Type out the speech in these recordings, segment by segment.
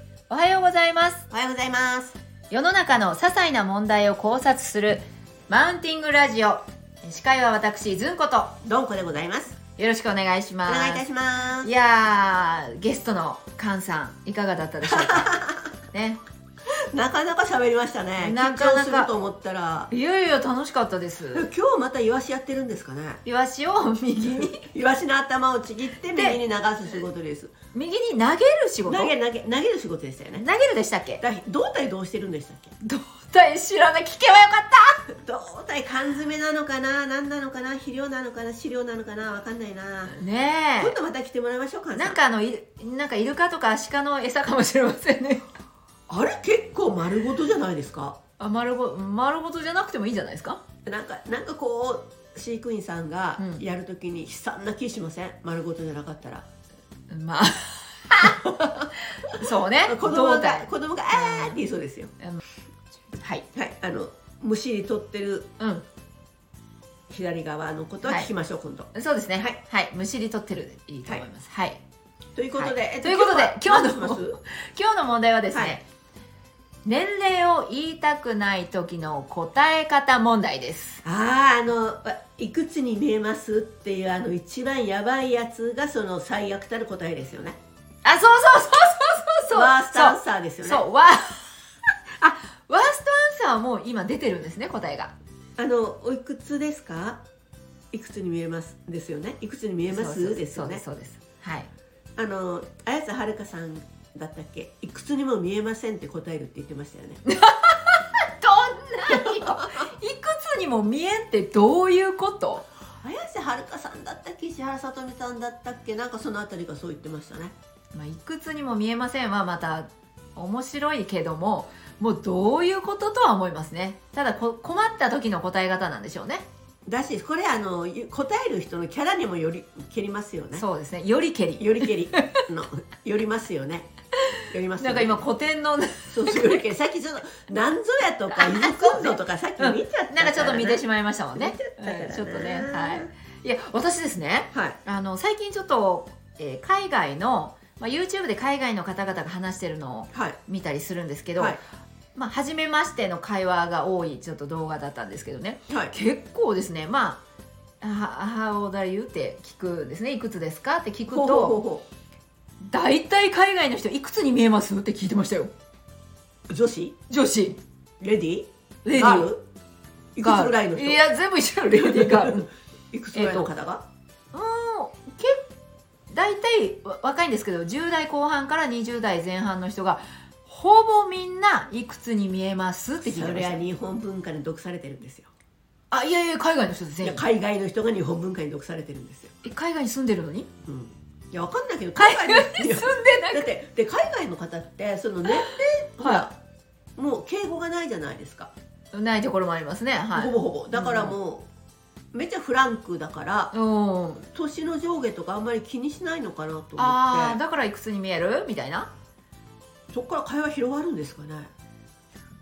ございますおはようございます。世の中の些細な問題を考察するマウンティングラジオ司会は私ずんことどんこでございます。よろしくお願いしおます願いいたします。やーゲストのカンさんいかがだったでしょうか ねなかなか喋りましたね。なかなか緊張すると思ったら。いよいよ楽しかったです今日またイワシやってるんですかね。イワシを右 にイワシの頭をちぎって右に流す仕事です。右に投げる仕投事げ投げ投げる仕事でしたよね。投げるでしたっけだ胴体どうしてるんでしたっけ？胴体知らない聞けばよかっ胴体缶詰なのかな、何なのかな、肥料なのかな、飼料なのかな、わかんないな。たね今度また来てもらいましょうか。えなんかあのいなんかイルカとかアシカの餌かもしれませんねあれ結構丸ごとじゃないですか。あ丸ご丸ごとじゃなくてもいいんじゃないですかなんかなんかこう飼育員さんがうんやるときに悲惨な気しません。丸ごとじゃなかったら。まあ そうね子供胴が体子供があーって言いそうですよ。はいはい、あの虫にとってるうん左側のことは聞きましょう、今度。そうですねはい、はい、むしり取ってるでいいと思いますはい、ということで、はいえっということでは今日の何します今日の問題はですね、はい年齢を言いたくない時の答え方問題ですあああのわいくつに見えますっていうあの一番やばいやつがその最悪たる答えですよね。あそうそうそうそうそうそうワーストアンサーですよね。そう、わ、 あ、ワーストアンサーはもう今出てるんですね、答えが。あのおいくつですか？いくつに見えますですよね。いくつに見えそうまそうすですよね。そうです。そうですはい。あの綾瀬はるかさんだったっけ？いくつにも見えませんって答えるって言ってましたよね。どんなにいくつにも見えんってどういうこと綾瀬はるかさんだったっけ石原さとみさんだったっけなんかそのあたりがそう言ってましたねまあ、いくつにも見えませんはまた面白いけども、もうどういうこととは思いますね。ただこ困った時の答え方なんでしょうね。だしこれあのゆ答える人のキャラにもより蹴りますよねそうですね。よりけり。より蹴りのよりますよねよりますよなんかね今古典 のなんそうそうより蹴りさっきちょっと「なんぞや」とか「いずくんぞ」とかさっき見ちゃったから、かちょっと見てしままいましたもんね見ちゃったから。ねうんちょっとね、はい。いや、私ですね。はいあの最近ちょっと、えー海外の、まあ、YouTube で海外の方々が話してるのをはい見たりするんですけど、はいまあ初めましての会話が多いちょっと動画だったんですけどねはい結構ですねまあ「How old are you?」って聞くんですね「いくつですか?」って聞くほうほうほうとほ大体海外の人「いくつに見えます?」って聞いてましたよう女子女子レディレディガーールいくつぐらいの人いや全部一緒のレディ ーガールうんいくつぐらいの方が、結大体わ若いんですけど10代後半から20代前半の人がほぼみんないくつに見えますって聞いそてまれしたは日本文化に毒されてるんですよあいやいや海外の人ですい全や員海外の人が日本文化に毒されてるんですよ、え海外に住んでるのにうん、いやわかんないけど海海外外にの住んいでやなだってで海外の方ってその年齢ほらもう敬語がないじゃないですか、いないところもありますねはいほぼほぼだからもう、めっちゃフランクだからうん年の上下とかあんまり気にしないのかなと思あっーだからいくつに見えるみたいなてそこから会話広がるんですかね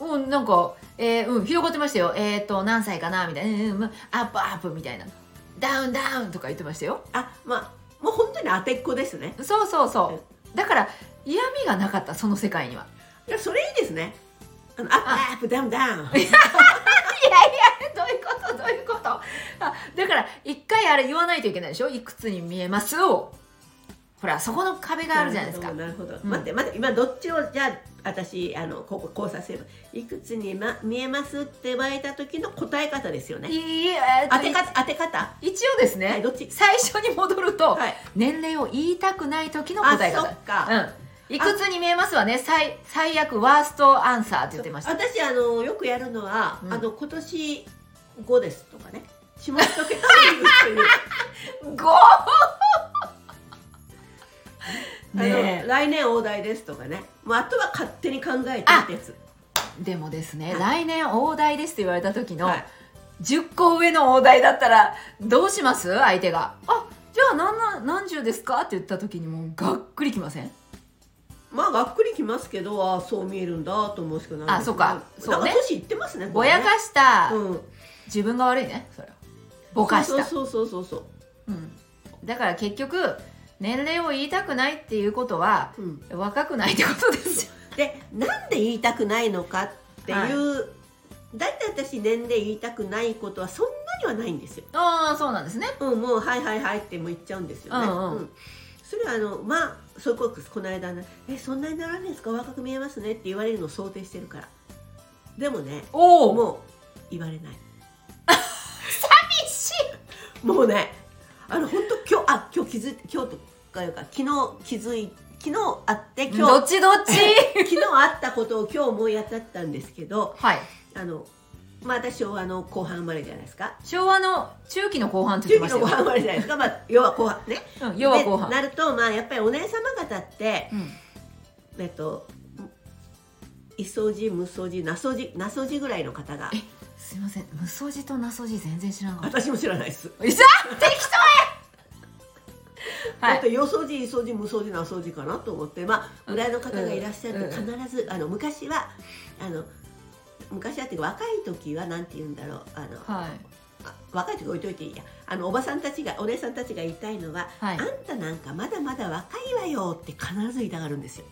うんなんか、えーうん広がってましたよえっ、と何歳かなみたいな、うんうんうん、アップアップみたいなダウンダウンとか言ってましたよあまあもう本当に当てっこですねそうそうそうだから嫌味がなかったその世界にはい やそれいいですねあのアップアップダウンダウンいやいやどういうことどういうことあだから一回あれ言わないといけないでしょいくつに見えますをほらそこの壁があるじゃないですかなるほど、なるほどうん待って待って今どっちをじゃあ私あのここ交差すればいくつに、ま、見えますって言われた時の答え方ですよいねいえ当て方当て方一応ですね、はいどっち最初に戻ると、はい年齢を言いたくない時のあ答えそ方っか、うんいくつに見えますはね最最悪ワーストアンサーって言ってました私あのよくやるのは、うんあの今年5ですとかね下一桁を 言うっていう5あ ねの来年大台ですとかねもうあとは勝手に考えてってやつえでもですね、は来い年大台ですって言われた時の、はい10個上の大台だったらどうします相手が「あじゃあ何な何十ですか?」って言った時にもうがっくりきませんまあがっくりきますけどああそう見えるんだと思うしかないですねあそっかそうねなんか年いってますねぼやしかした、うん自分が悪いねそれはぼかしたそうそうそうそうそううん、だから結局年齢を言いたくないっていうことはそう、うん若くないってことですよでなんで言いたくないのかっていう大体、私年齢言いたくないことはそんなにはないんですよ。ああそうなんですねうん、もうはいはいはいってもう言っちゃうんですよね。うんうんそれはあのまあそれこそこの間ねえそんなにならないですか若く見えますねって言われるのを想定してるから。でもねおおもう言われない。寂しいもうねあの本当今日あ今日気づい今日とかいうか昨日気づい昨日会って今どっ日ちどっち 昨日会ったことを今日思い当たったんですけど はいあのまあ私はあの後半生まれじゃないですか。昭和の中期の後半って言中期ってましのたよ後半生まれじゃないですか。まあ要は後半ね。うん要は後で半なるとまあやっぱりお姉様方ってうんえっといそじむそじなそじなそじぐらいの方がえすいません無双字となそ字全然知らなかった私も知らないです。いざ適当やだっ はいてよそじいそじむそじなそじかなと思ってまあうん村の方がいらっしゃるとう必ず、あの昔はあの昔はっていうか若い時はなんて言うんだろうあの、はいあ若い時置いといていいやあのおばさんたちがお姉さんたちが言いたいのは、はいあんたなんかまだまだ若いわよって必ず言いたがるんですよ。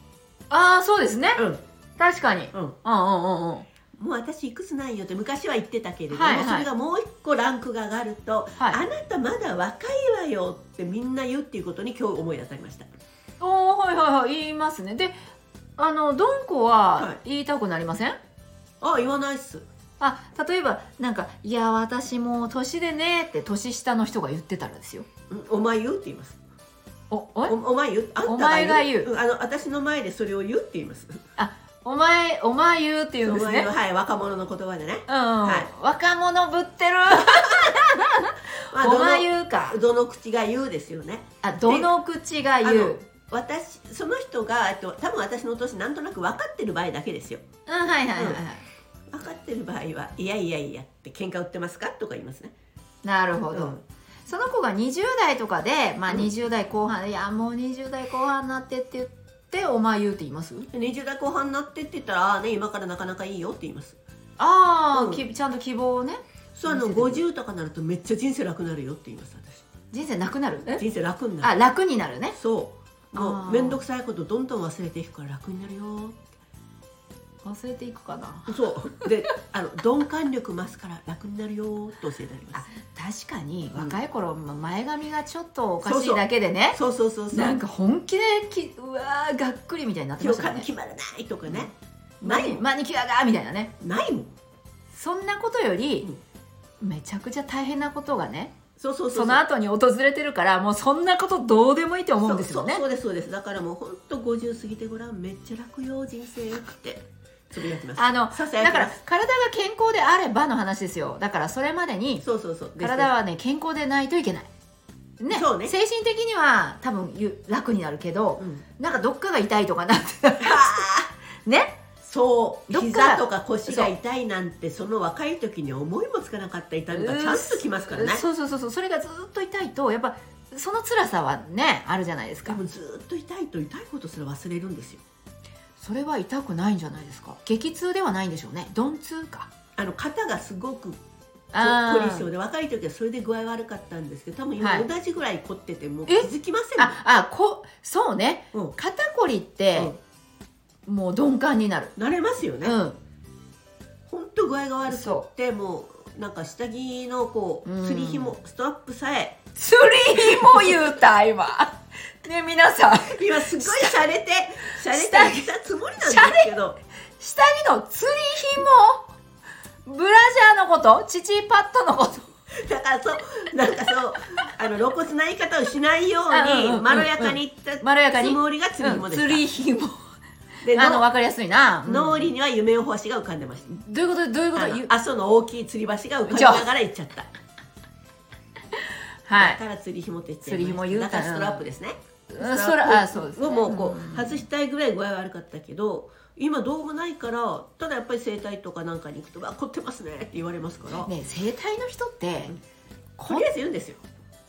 ああそうですねうん確かにうんううんんうんうんもう私いくつないよって昔は言ってたけれども、はいはいそれがもう一個ランクが上がると、はいあなたまだ若いわよってみんな言うっていうことに今日思い当たりましたおーはいはいはい言いますねであのドンコははい言いたくなりません、あ言わないっすあ例えばなんか「いや私もう年でね」って年下の人が言ってたらですようんお前言うって言いますおおおいお前言うあんたが言うお前が言うんあの私の前でそれを言うって言いますお前お前言うって言うんおです前のねはい若者の言葉でね、うんうん、はい若者ぶってるまあお前ど言うかのどの口が言うですよねあどの口が言あのう私その人がえっと多分私の年なんとなく分かってる場合だけですようんはいはいはい、はい分かってる場合はいやいやいやって喧嘩売ってますかとか言いますねなるほど、うんその子が20代とかで、まあ、うん20代後半、いやもう20代後半になってって言ってお前言うって言います20代後半になってって言ったら「ああね今からなかなかいいよ」って言いますああ、うんきちゃんと希望をねそうあの50とかなるとめっちゃ人生楽になるよって言います人生なくなる私人生楽になある楽になるねそうあもーう面倒くさいことどんどん忘れていくから楽になるよ忘れていくかなそうであの鈍感力増すから楽になるよって教えてありま確かにうん若い頃、ま前髪がちょっとおかそうしそいうだけでねすそうそうそうそうなんか本気できうわーがっくりみたいになって今ました日かよね決まらないとかね、マないニもんマニキュアがみたいなねないもんそんなことより、めちゃくちゃ大変なことがねそうそうそそうの後に訪れてるからもうそんなことどうでもいいと思うんですよねそうそうそうですそうですだからもうほんと50過ぎてごらんめっちゃ楽よ人生ってつぶやきますあのささやだきかまらす体が健康であればの話ですよだからそれまでにそうそうそうです体はね健康でないといけないねそうね精神的には多分ゆ楽になるけど、うんなんかどっかが痛いとかなって ねそうどっから膝とか腰が痛いなんてその若い時に思いもつかなかった痛みがちゃんときますからねそうそうそうそうそれがずっと痛いとやっぱその辛さはねあるじゃないですでかもずっと痛いと痛いことすら忘れるんですよそれは痛くないんじゃないですか激痛ではないんでしょうね鈍痛かあの肩がすごくこあ凝り性ーで若い時はそれで具合悪かったんですけど多分は今い同じぐらい凝ってても気えづきませんもんああこそうねうん肩こりって、もう鈍感になるうん慣れますよねうん本当具合が悪くそってもうなんか下着のこうんう釣り紐ストラップさえスリーも言うた 今ね皆さん今すごい洒落て洒落下て着たつもりなんですけど下着の釣り紐ブラジャーのことチチパッドのことだからそうなんかそうあの露骨な言い方をしないよあうんうんううんにまろやかに言ったまろやかにつもりが釣り紐で釣りし紐たであのの分かりやすいな、うん脳裏には夢を星が浮かんでましどういうことどういうこたあとのゆ阿蘇の大きい吊り橋が浮かびながら行っちゃったはだいから釣り紐って言って釣り紐言うただらからストラップですねうんそらあそうですねをもうこうんう外したいぐらい具合悪かったけど今どうもないからただやっぱり整体とかなんかに行くと「わ凝ってますね」って言われますから、ね生体の人ってとりあえず言うんですよ。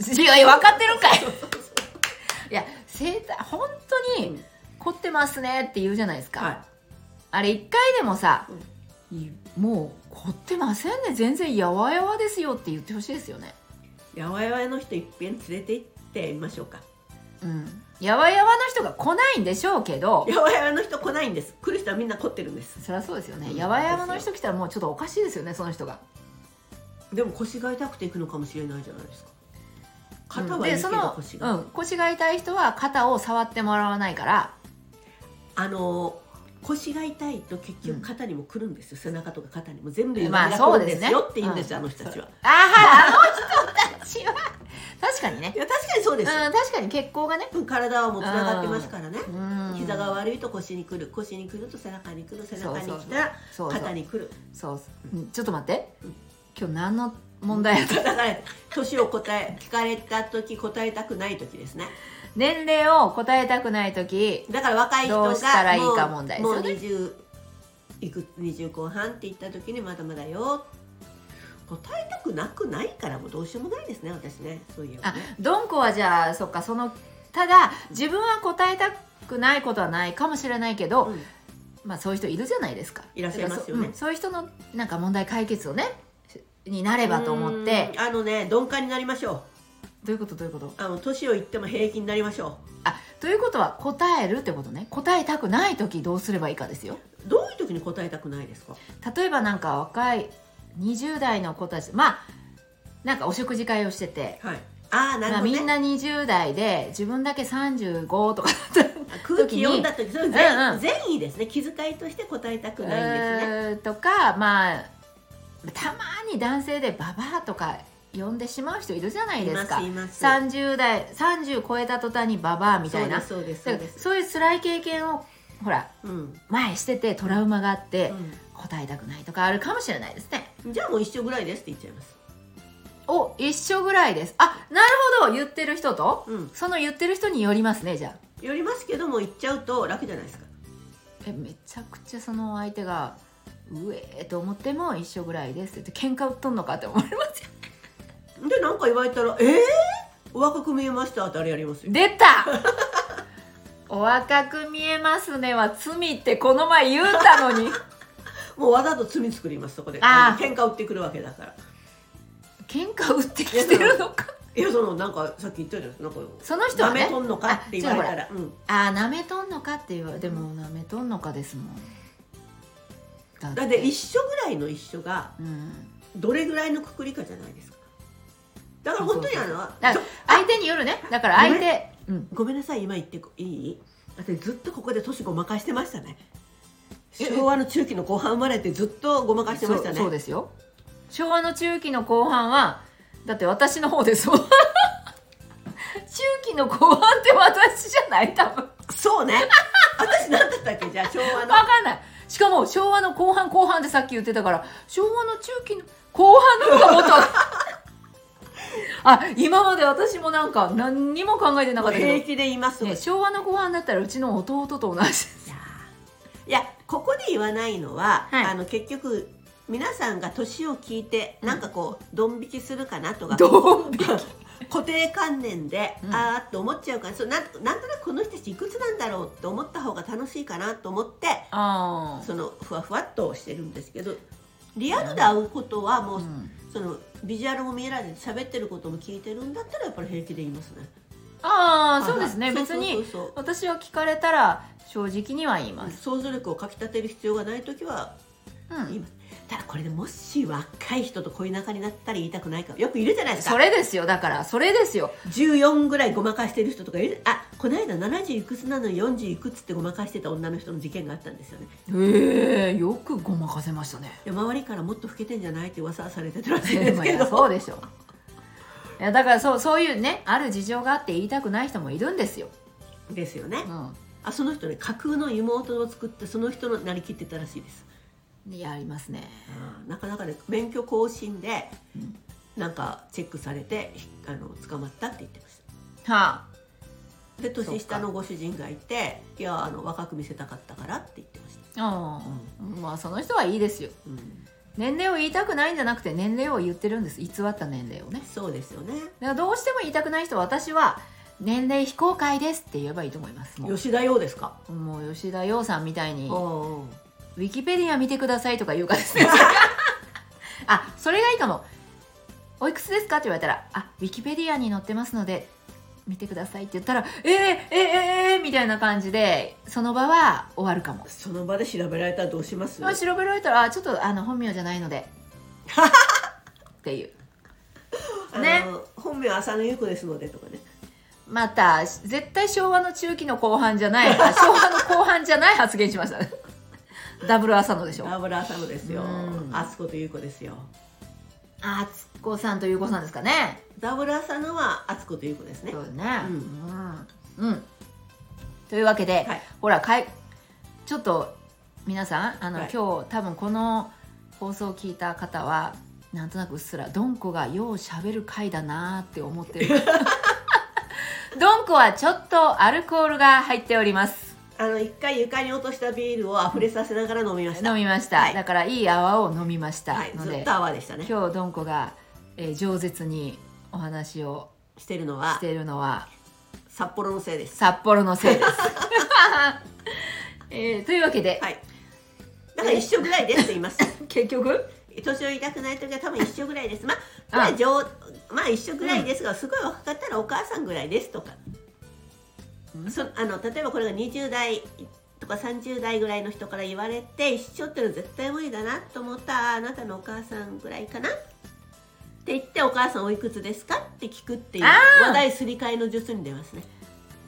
違い分かってるんかいそうそうそいや生体本当うに凝ってますねって言うじゃないですか、はあれ一回でもさ、いもう凝ってませんね全然やわやわですよって言ってほしいですよねい、やわやわの人いっぺん連れて行ってみましょうか。うん、やわやわの人が来ないんでしょうけどやわやわの人来ないんです来る人はみんな凝ってるんですそりゃそうですよね、うんやわやわの人来たらもうちょっとおかしいですよねその人がでも腰が痛くて行くのかもしれないじゃないですか肩うんはいいでけそどの腰が、うん、腰が痛い人は肩を触ってもらわないからあの腰が痛いと結局肩にも来るんですよ、背中とか肩にも全部まあ歪みがそうで来るんですすねよって言うんですよ、あの人たちはあはいあの人たちは確かにねいや確かにそううでんすよ、確かに血行がねうん体はもうつながってますからね、うん膝が悪いと腰に来る腰に来ると背中に来る背中に来たらそうそう肩に来るそううんちょっと待ってうん今日何の問題やった だから年を答え聞かれた時答えたくない時ですね年齢を答えたくない時だから若い人がどうしたらいいかもう問題ですよねもう20いく20後半って言った時にまだまだよ答えたくなくないからもうどうしようもないですね私ねそういえばあねドンコはじゃあそっかそのただ自分は答えたくないことはないかもしれないけど、うんまあそういう人いるじゃないですかいらっしゃいますよねだからそ,、ういう人のなんか問題解決をねしになればと思ってうんあのね鈍感になりましょどういうことどういうことうあの年を言っても平気になりましょあということは答えるってことね答えたくない時どうすればいいかですようどういう時に答えたくないですか例えばなんか若い20代の子たちまあなんかお食事会をしてて、はいああなまあ、るほど、ねみんな20代で自分だけ35とかだったあ空気読んだ時それうん善,、うん善意ですね気遣いとして答えたくないんですね、うーんとかまあたまに男性でババアとか呼んでしまう人いるじゃないいでますすかいます30代30超えた途端にババアみたいなそうですそそううですそういう辛い経験をほらそうです、うん前しててトラウマがあって、答えたくないとかあるかもしれないですねうんじゃあもう一緒ぐらいですって言っちゃいますお一緒ぐらいですあなるほど言ってる人とうんその言ってる人によりますねじゃあよりますけども言っちゃうと楽じゃないですかえめちゃくちゃその相手がうえーと思っても一緒ぐらいですって言って喧嘩売っとんのかって思いますよでなんか言われたら「えー、お若く見えました」ってあれやりますよ 出たお若く見えますねは罪ってこの前言うたのにもうわざと罪作りますそこであー喧嘩売ってくるわけだから喧嘩売ってきてるのかいやそのなんかさっき言ったじゃないですかなんかその人は舐ねめとんのかって言われたらうんあーなめとんのかって言われでもなめとんのかですもんだっだって一緒ぐらいの一緒がうん、どれぐらいのくくりかじゃないですかだから本当にあのだから相手によるねだから相手、うん、ごめんなさい今言っていい私ずっとここで年ごまかしてましたね昭和の中期の後半生まれてずっとごまかしてましたねそうそうですよ昭和の中期の後半はだって私の方ですもん 中期の後半って私じゃない多分そうね私何だったっけじゃあ昭和分のかんないしかも昭和の後半後半でさっき言ってたから昭和の中期の後半の方がもっと あ今まで私もなんか何にも考えてなかったけど平気で言いますもんね、い昭和の後半だったらうちの弟と同じ ですやいやここで言わないのは、はいあの結局皆さんが年を聞いてなんかこうドン引きするかなとかドン引き 固定観念で、うんあーって思っちゃうからそうなんなんとなくこの人たちいくつなんだろうって思った方が楽しいかなと思ってあそのふわふわっとしてるんですけどリアルで会うことはあ、もう、うんそのビジュアルも見えられて喋ってることも聞いてるんだったらやっぱり平気で言いますね。ああそうですねはい別にそうそう私は聞かれたら正直には言いそうます、想像力をかき立てる必要がない時はう言いん、ます。ただこれでもし若い人と恋仲になったら言いたくないかよくいるじゃないですそか。れですよだからそれですよ14ぐらいごまかしてる人とかいるあこの間70いくつなのに40いくつってごまかしてた女の人の事件があったんですよね。ええよくごまかせましたねで周りからもっと老けてんじゃないって噂はされてたらしいん でですもけいやど。そうでしょいやだからそうそういうねある事情があって言いたくない人もいるんですよ、ですよね。うんあその人ね架空の妹を作ってその人のなりきってたらしいです。ね、やりますねなかなかね免許更新でうんなんかチェックされてひあの捕まったって言ってましはあたで年下のご主人がいていやあの若く見せたかったからって言ってました、ああまあその人はいいですようん、年齢を言いたくないんじゃなくて年齢を言ってるんです偽った年齢をねそうですよねだからどうしても言いたくない人は私は年齢非公開ですって言えばいいと思いますも吉田洋ですかうもう吉田羊さんみたいにおうおうウィキペディア見てくださいとか言うか ですねあそれがいいかもおいくつですかって言われたらあウィキペディアに載ってますので見てくださいって言ったらえー、えー、えー、みたいな感じでその場は終わるかも その場で調べられたらどうしますまあ調べられたらあちょっとあの本名じゃない のでっていうあねの本名は浅野ゆう子ですのでとかねまた絶対昭和の中期の後半じゃない あ昭和の後半じゃない発言しました ねダブル朝のでしょダブル浅野ですようんあつことゆう子ですよあつこさんとゆうこさんですかねダブル浅野はあつことゆう子ですねそうですねうんうん、うんというわけで、はいほらかいちょっと皆さんあの、はい今日多分この放送を聞いた方はなんとなくうっすらドンコがようしゃべる回だなーって思って るドンコはちょっとアルコールが入っておりますあの一回床に落としたビールを溢れさせながら飲みました飲みました、はいだからいい泡を飲みましたはいのずで、っと泡でしたね今日どんこが、えー、饒舌にお話をしてるのはしているのは札幌のせいです札幌の せいです、えーというわけで、はいだから一緒ぐらいですって言います 結局年を痛くない時は多分一緒ぐらいですまあまあうん上まあ一緒ぐらいですが、すごい若かったらお母さんぐらいですとか、うんそあの例えばこれが20代とか30代ぐらいの人から言われて一緒っていうのは絶対無理だなと思ったらあなたのお母さんぐらいかなって言ってお母さんおいくつですかって聞くっていうあー話題すり替えの術に出ますね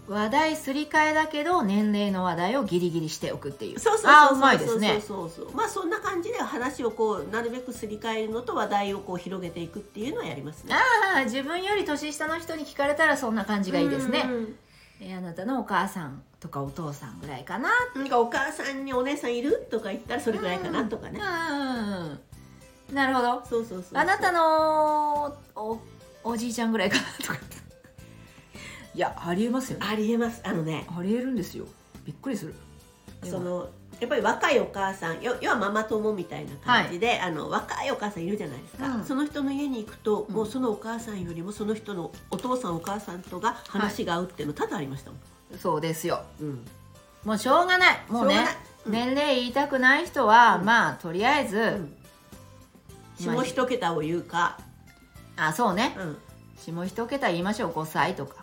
話題すり替えだけど年齢の話題をギリギリしておくっていうそうそうあーうそまういでそすうそうねそうそうまあそんな感じで話をこうなるべくすり替えるのと話題をこう広げていくっていうのはやりますねああ自分より年下の人に聞かれたらそんな感じがいいですねうんうんえーあなたのお母さんとかお父さんぐらいかななんかお母さんにお姉さんいるとか言ったらそれぐらいかなとかね、うんなるほどそうそうそうあなたのおおじいちゃんぐらいかなとか言っていやありえますよねありえますあのねありえるんですよびっくりするそのやっぱり若いお母さんよ要はママ友みたいな感じで、あの若いお母さんいるじゃないですか、うんその人の家に行くと、うんもうそのお母さんよりもその人のお父さんお母さんとが話が合うっていうの多々ありましたもん、そうですようんもうしょうがないもうねしょうがないうん年齢言いたくない人は、うんまあとりあえず、うん下一桁を言うか、あそうねうん、下一桁言いましょう5歳とか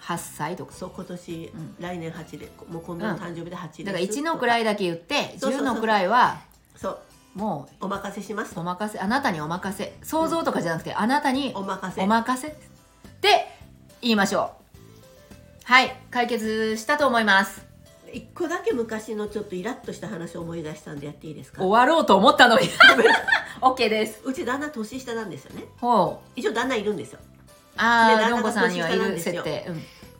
8歳とかそう今年、うん来年8でもう今度の誕生日で8です、だから1の位いだけ言ってそうそう10そのう位はそうもお任せしますうおと任せあなたにお任せ想像とかじゃなくて、あなたにお任せお任せって言いましょうはい解決したと思います一個だけ昔のちょっとイラッとした話を思い出したんでやっていいですか終わろうと思ったの に OK ですうち旦那年下なんですよねほう一応旦那いるんですよあであ旦那どんこさんがには年い下なんるですよ設定、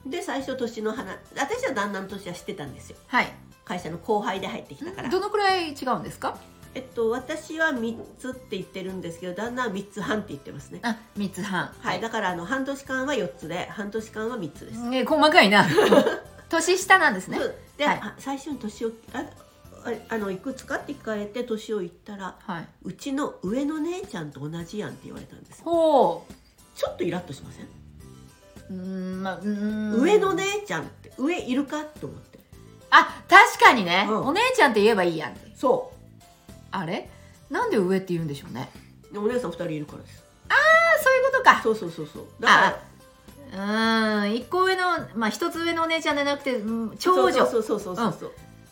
うん、で最初年の話私は旦那の年は知ってたんですよはい会社の後輩で入ってきたからどのくらい違うんですかえっと私は3つって言ってるんですけど旦那は3つ半って言ってますねあ三つ半はい、だからあの半年間は4つで半年間は3つです、えー細かい な年下なんですねそうで、はいあ最初に年をあああのいくつかって聞かれて年を言ったらはい。うちの上の姉ちゃんと同じやんって言われたんですよほちょっとイラッとしませんう。うーん、まあ、うーん上の。姉ちゃんって上いるかと思ってあ、確かにね、うんお姉ちゃんって言えばいいやんって。そあれなんで上って言うんでしょうね。うでお姉さん2人いるからですあ、そういうことか。そうそうそうそうだからうーん、一個上の、まあ、一つ上のお姉ちゃんじゃなくて、うん長女。そうそうそうそうそう、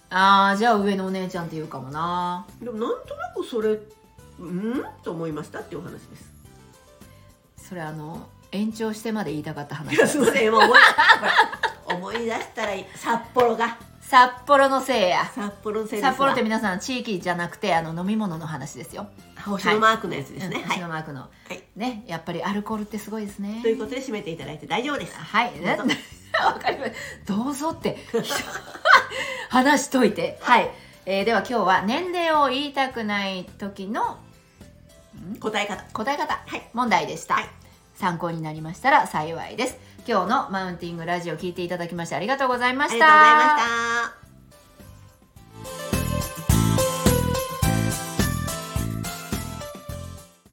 ああ、じゃあ上のお姉ちゃんって言うかもな。でもなんとなくそれうんと思いましたっていうお話ですそれあの、延長してまで言いたかった 話い。やすいません今思いほら思い出したらいい札幌が札幌のせいや。札幌のせいですわ札幌って皆さん地域じゃなくてあの飲み物の話ですよ。星のマークのやつですねうん、はい、星野マークの、はいねやっぱりアルコールってすごいですねということで締めていただいて大丈夫ですはいどうぞね わかりましたどうぞって 話しといてはい、えーでは今日は年齢を言いたくない時の答え方答え方はい問題でした、はい参考になりましたら幸いです今日のマウンティングラジオ聞いていただきましてありがとうございまありしがたとうございました